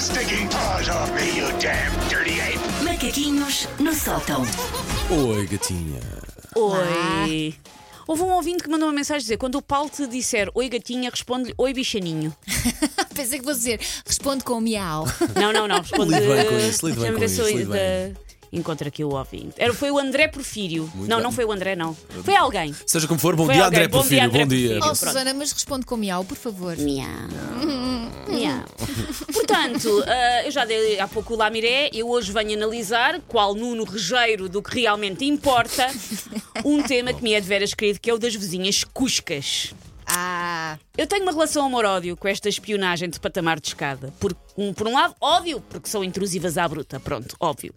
stinking paws off me, you damn dirty ape! Macaquinhos no sótão. Oi, gatinha. Oi. Houve um ouvinte que mandou uma mensagem dizer: quando o Paulo te disser oi gatinha, responde-lhe oi bichaninho. Pensei que vou dizer, responde com miau. Não, não, não. Responde Lide bem com isso, lide bem Deixa-me com ver isso, se eu lide bem. da- Encontro aqui o ouvinte. Era, foi o André Porfírio. Muito não, bem. não foi o André, não. Foi alguém. Seja como for, bom Foi dia, alguém. André Bom dia, Porfírio. André Bom dia. Porfírio. Oh, Pronto. Susana, mas responde com miau, por favor. Miau. Miau. Portanto, ah, eu já dei há pouco o Lamiré, eu hoje venho analisar, qual Nuno Regeiro do que realmente importa, um tema que me é de veras querido, que é o das vizinhas cuscas. Ah, Eu tenho uma relação amor-ódio com esta espionagem de patamar de escada. Por um, por um lado, óbvio, porque são intrusivas à bruta, pronto, óbvio.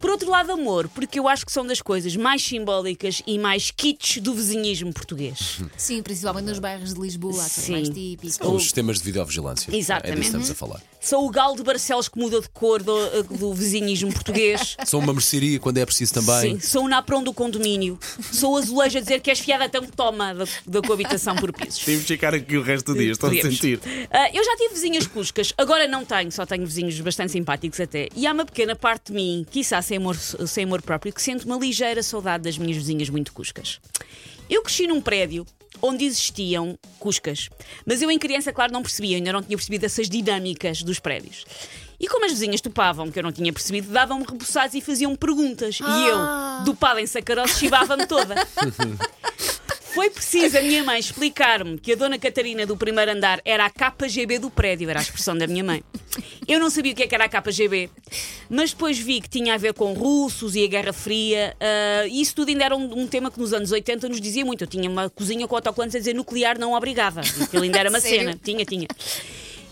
Por outro lado, amor, porque eu acho que são das coisas mais simbólicas e mais kits do vizinhismo português. sim, principalmente nos bairros de Lisboa, que é mais Sim. típico. Com os sistemas de videovigilância. É disso que Exatamente. estamos a falar. São o galo de Barcelos que muda de cor do, do vizinhismo português. São uma mercearia quando é preciso também. Sim, sou o naprão do condomínio. Sou o azulejo a dizer que és fiada, então toma da, da coabitação por pisos. Temos de ficar aqui o resto do dia, estou a Podemos. sentir. Ah, eu já tive vizinhas cuscas, agora não tenho, só tenho vizinhos bastante simpáticos até. E há uma pequena parte de mim, quiçá sem amor, sem amor próprio, que sente uma ligeira saudade das minhas vizinhas muito cuscas. Eu cresci num prédio onde existiam cuscas, mas eu em criança, claro, não percebia, ainda não tinha percebido essas dinâmicas dos prédios. E como as vizinhas topavam, que eu não tinha percebido, davam-me rebuçados e faziam perguntas. E eu, dopada em sacarotes, chivava-me toda. Foi preciso a minha mãe explicar-me que a dona Catarina do primeiro andar era a KGB do prédio, era a expressão da minha mãe. Eu não sabia o que, é que era a KGB, mas depois vi que tinha a ver com russos e a Guerra Fria, ah, e isso tudo ainda era um, um tema que nos anos 80 nos dizia muito. Eu tinha uma cozinha com autocolantes a dizer nuclear não obrigada, aquilo ainda era uma Sério? cena, tinha, tinha.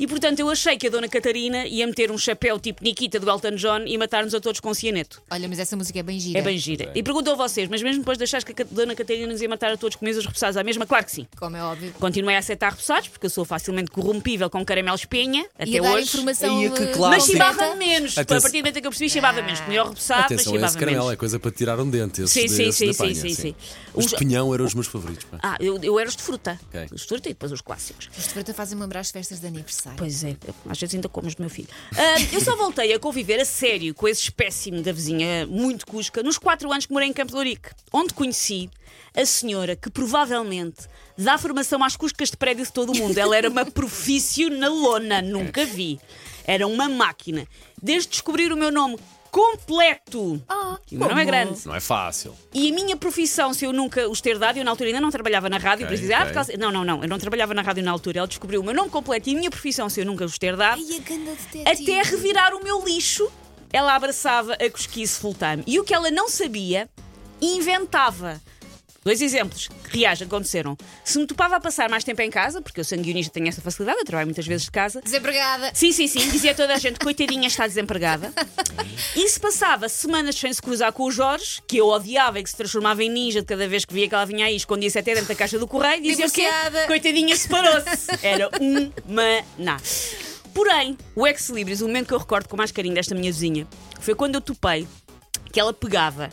E portanto eu achei que a dona Catarina ia meter um chapéu tipo Nikita do Elton John e matar-nos a todos com um cianeto. Olha, mas essa música é bem gira. É bem gira. E perguntou a vocês, mas mesmo depois de achares que a Dona Catarina nos ia matar a todos com mesas repousadas à mesma? Claro que sim. Como é óbvio. Continuei a aceitar repousados, porque eu sou facilmente corrompível com caramelos penha, até e a dar hoje. informação. Aí é que, eh, claro, Mas sim. chibava completa. menos. A Atenção. partir do momento em que eu percebi, chibava menos. Comi o repousado, mas Atenção, esse chibava caramelo menos. é coisa para tirar um dente. Esses Sim, de- sim, esses da sim, panha, sim, assim. sim, Os Os- de pinhão eram os meus favoritos. pá. Ah, eu, eu era os de fruta. Ok. Os de fruta e depois os clássicos. Os de fruta fazem lembrar as festas de aniversário. Pois é, às vezes ainda comes do meu filho. Ah, eu só voltei a conviver a sério com esse espécime da vizinha muito cusca nos quatro anos que morei em Campo de Ourique, onde conheci a senhora que provavelmente dá formação às cuscas de prédio de todo o mundo. Ela era uma profissionalona, nunca vi. Era uma máquina. Desde descobrir o meu nome completo. Ah, E o meu nome é como? grande. Não é fácil. E a minha profissão, se eu nunca os ter dado, eu na altura ainda não trabalhava na Ok, rádio, depois dizia, ah, ok. por causa- não, não, não, eu não trabalhava na rádio na altura, ela descobriu o meu nome completo e a minha profissão, se eu nunca os ter dado, Ai, a ganda detetive. até revirar o meu lixo, ela abraçava a cosquice full time. E o que ela não sabia, inventava. Dois exemplos que reais aconteceram. Se me topava a passar mais tempo em casa, porque eu sou guionista, tenho essa facilidade, eu trabalho muitas vezes de casa, Desempregada. Sim, sim, sim. Dizia toda a gente, coitadinha, está desempregada. E se passava semanas sem se cruzar com o Jorge, que eu odiava e que se transformava em ninja de cada vez que via que ela vinha aí, escondia-se até dentro da caixa do correio, dizia o quê? Divorciada. Coitadinha, separou-se. Era um maná. Porém, o ex libris, o momento que eu recordo com mais carinho desta minha vizinha, foi quando eu topei que ela pegava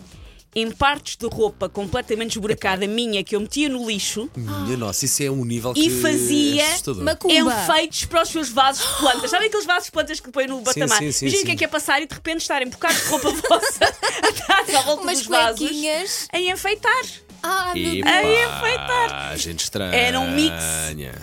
em partes de roupa completamente esburacada minha que eu metia no lixo. Minha nossa, isso é um nível que E fazia é assustador. uma co- Pumba. enfeites um para os seus vasos de plantas. Sabem aqueles vasos de plantas que põem no batamar? sim, sim, Imagina o que sim. é que é passar e de repente estarem bocados de roupa vossa atrás à volta Umas dos vasos cuequinhas. em enfeitar. Ah, meu E Deus. pá, Aí é feitar. Gente estranha. Era um mix.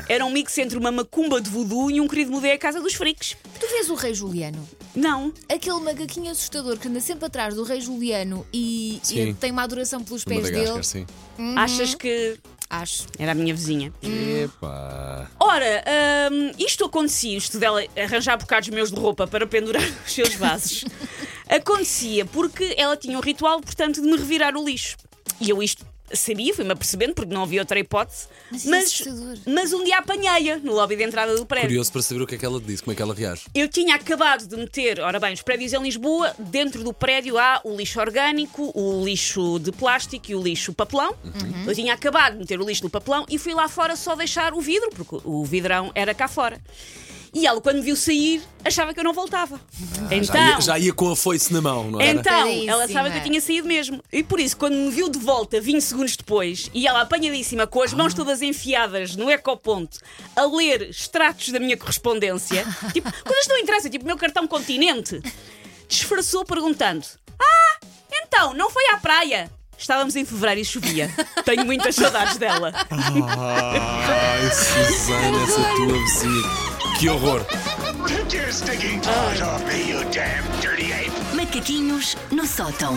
Era um mix entre uma macumba de voodoo e um querido mudei à casa dos freaks. Tu vês o Rei Juliano? Não. Aquele macaquinho assustador que anda sempre atrás do Rei Juliano e, e Sim. tem uma adoração pelos De pés Madagascar, dele. sim. Uhum. Achas que. Acho. Era a minha vizinha. Epá. Ora, hum, isto acontecia, isto dela arranjar bocados meus de roupa para pendurar os seus vasos, acontecia porque ela tinha um ritual, portanto, de me revirar o lixo. E eu isto sabia, fui-me apercebendo, porque não havia outra hipótese. Mas isso é Mas, assustador. mas um dia apanhei-a no lobby de entrada do prédio. Curioso para saber o que é que ela te disse, como é que ela reage. Eu tinha acabado de meter, ora bem, os prédios em Lisboa, dentro do prédio há o lixo orgânico, o lixo de plástico e o lixo papelão. Eu tinha acabado de meter o lixo do papelão e fui lá fora só deixar o vidro, porque o vidrão era cá fora. E ela, quando me viu sair, achava que eu não voltava. então, Ah, Já, ia, já ia com a foice na mão, não é? era? então, Coitadíssima. ela sabe que eu tinha saído mesmo. E por isso, quando me viu de volta 20 segundos depois, e ela apanhadíssima, com as mãos todas enfiadas no ecoponto, a ler extratos da minha correspondência, tipo, coisas que não interessam, tipo, meu cartão continente, disfarçou perguntando: Ah, então, não foi à praia? Estávamos em fevereiro e chovia. Tenho muitas saudades dela. Ai, Susana, essa tua vizinha. Que horror. Take your sticking paws off me, you damn dirty ape! Macaquinhos no sótão.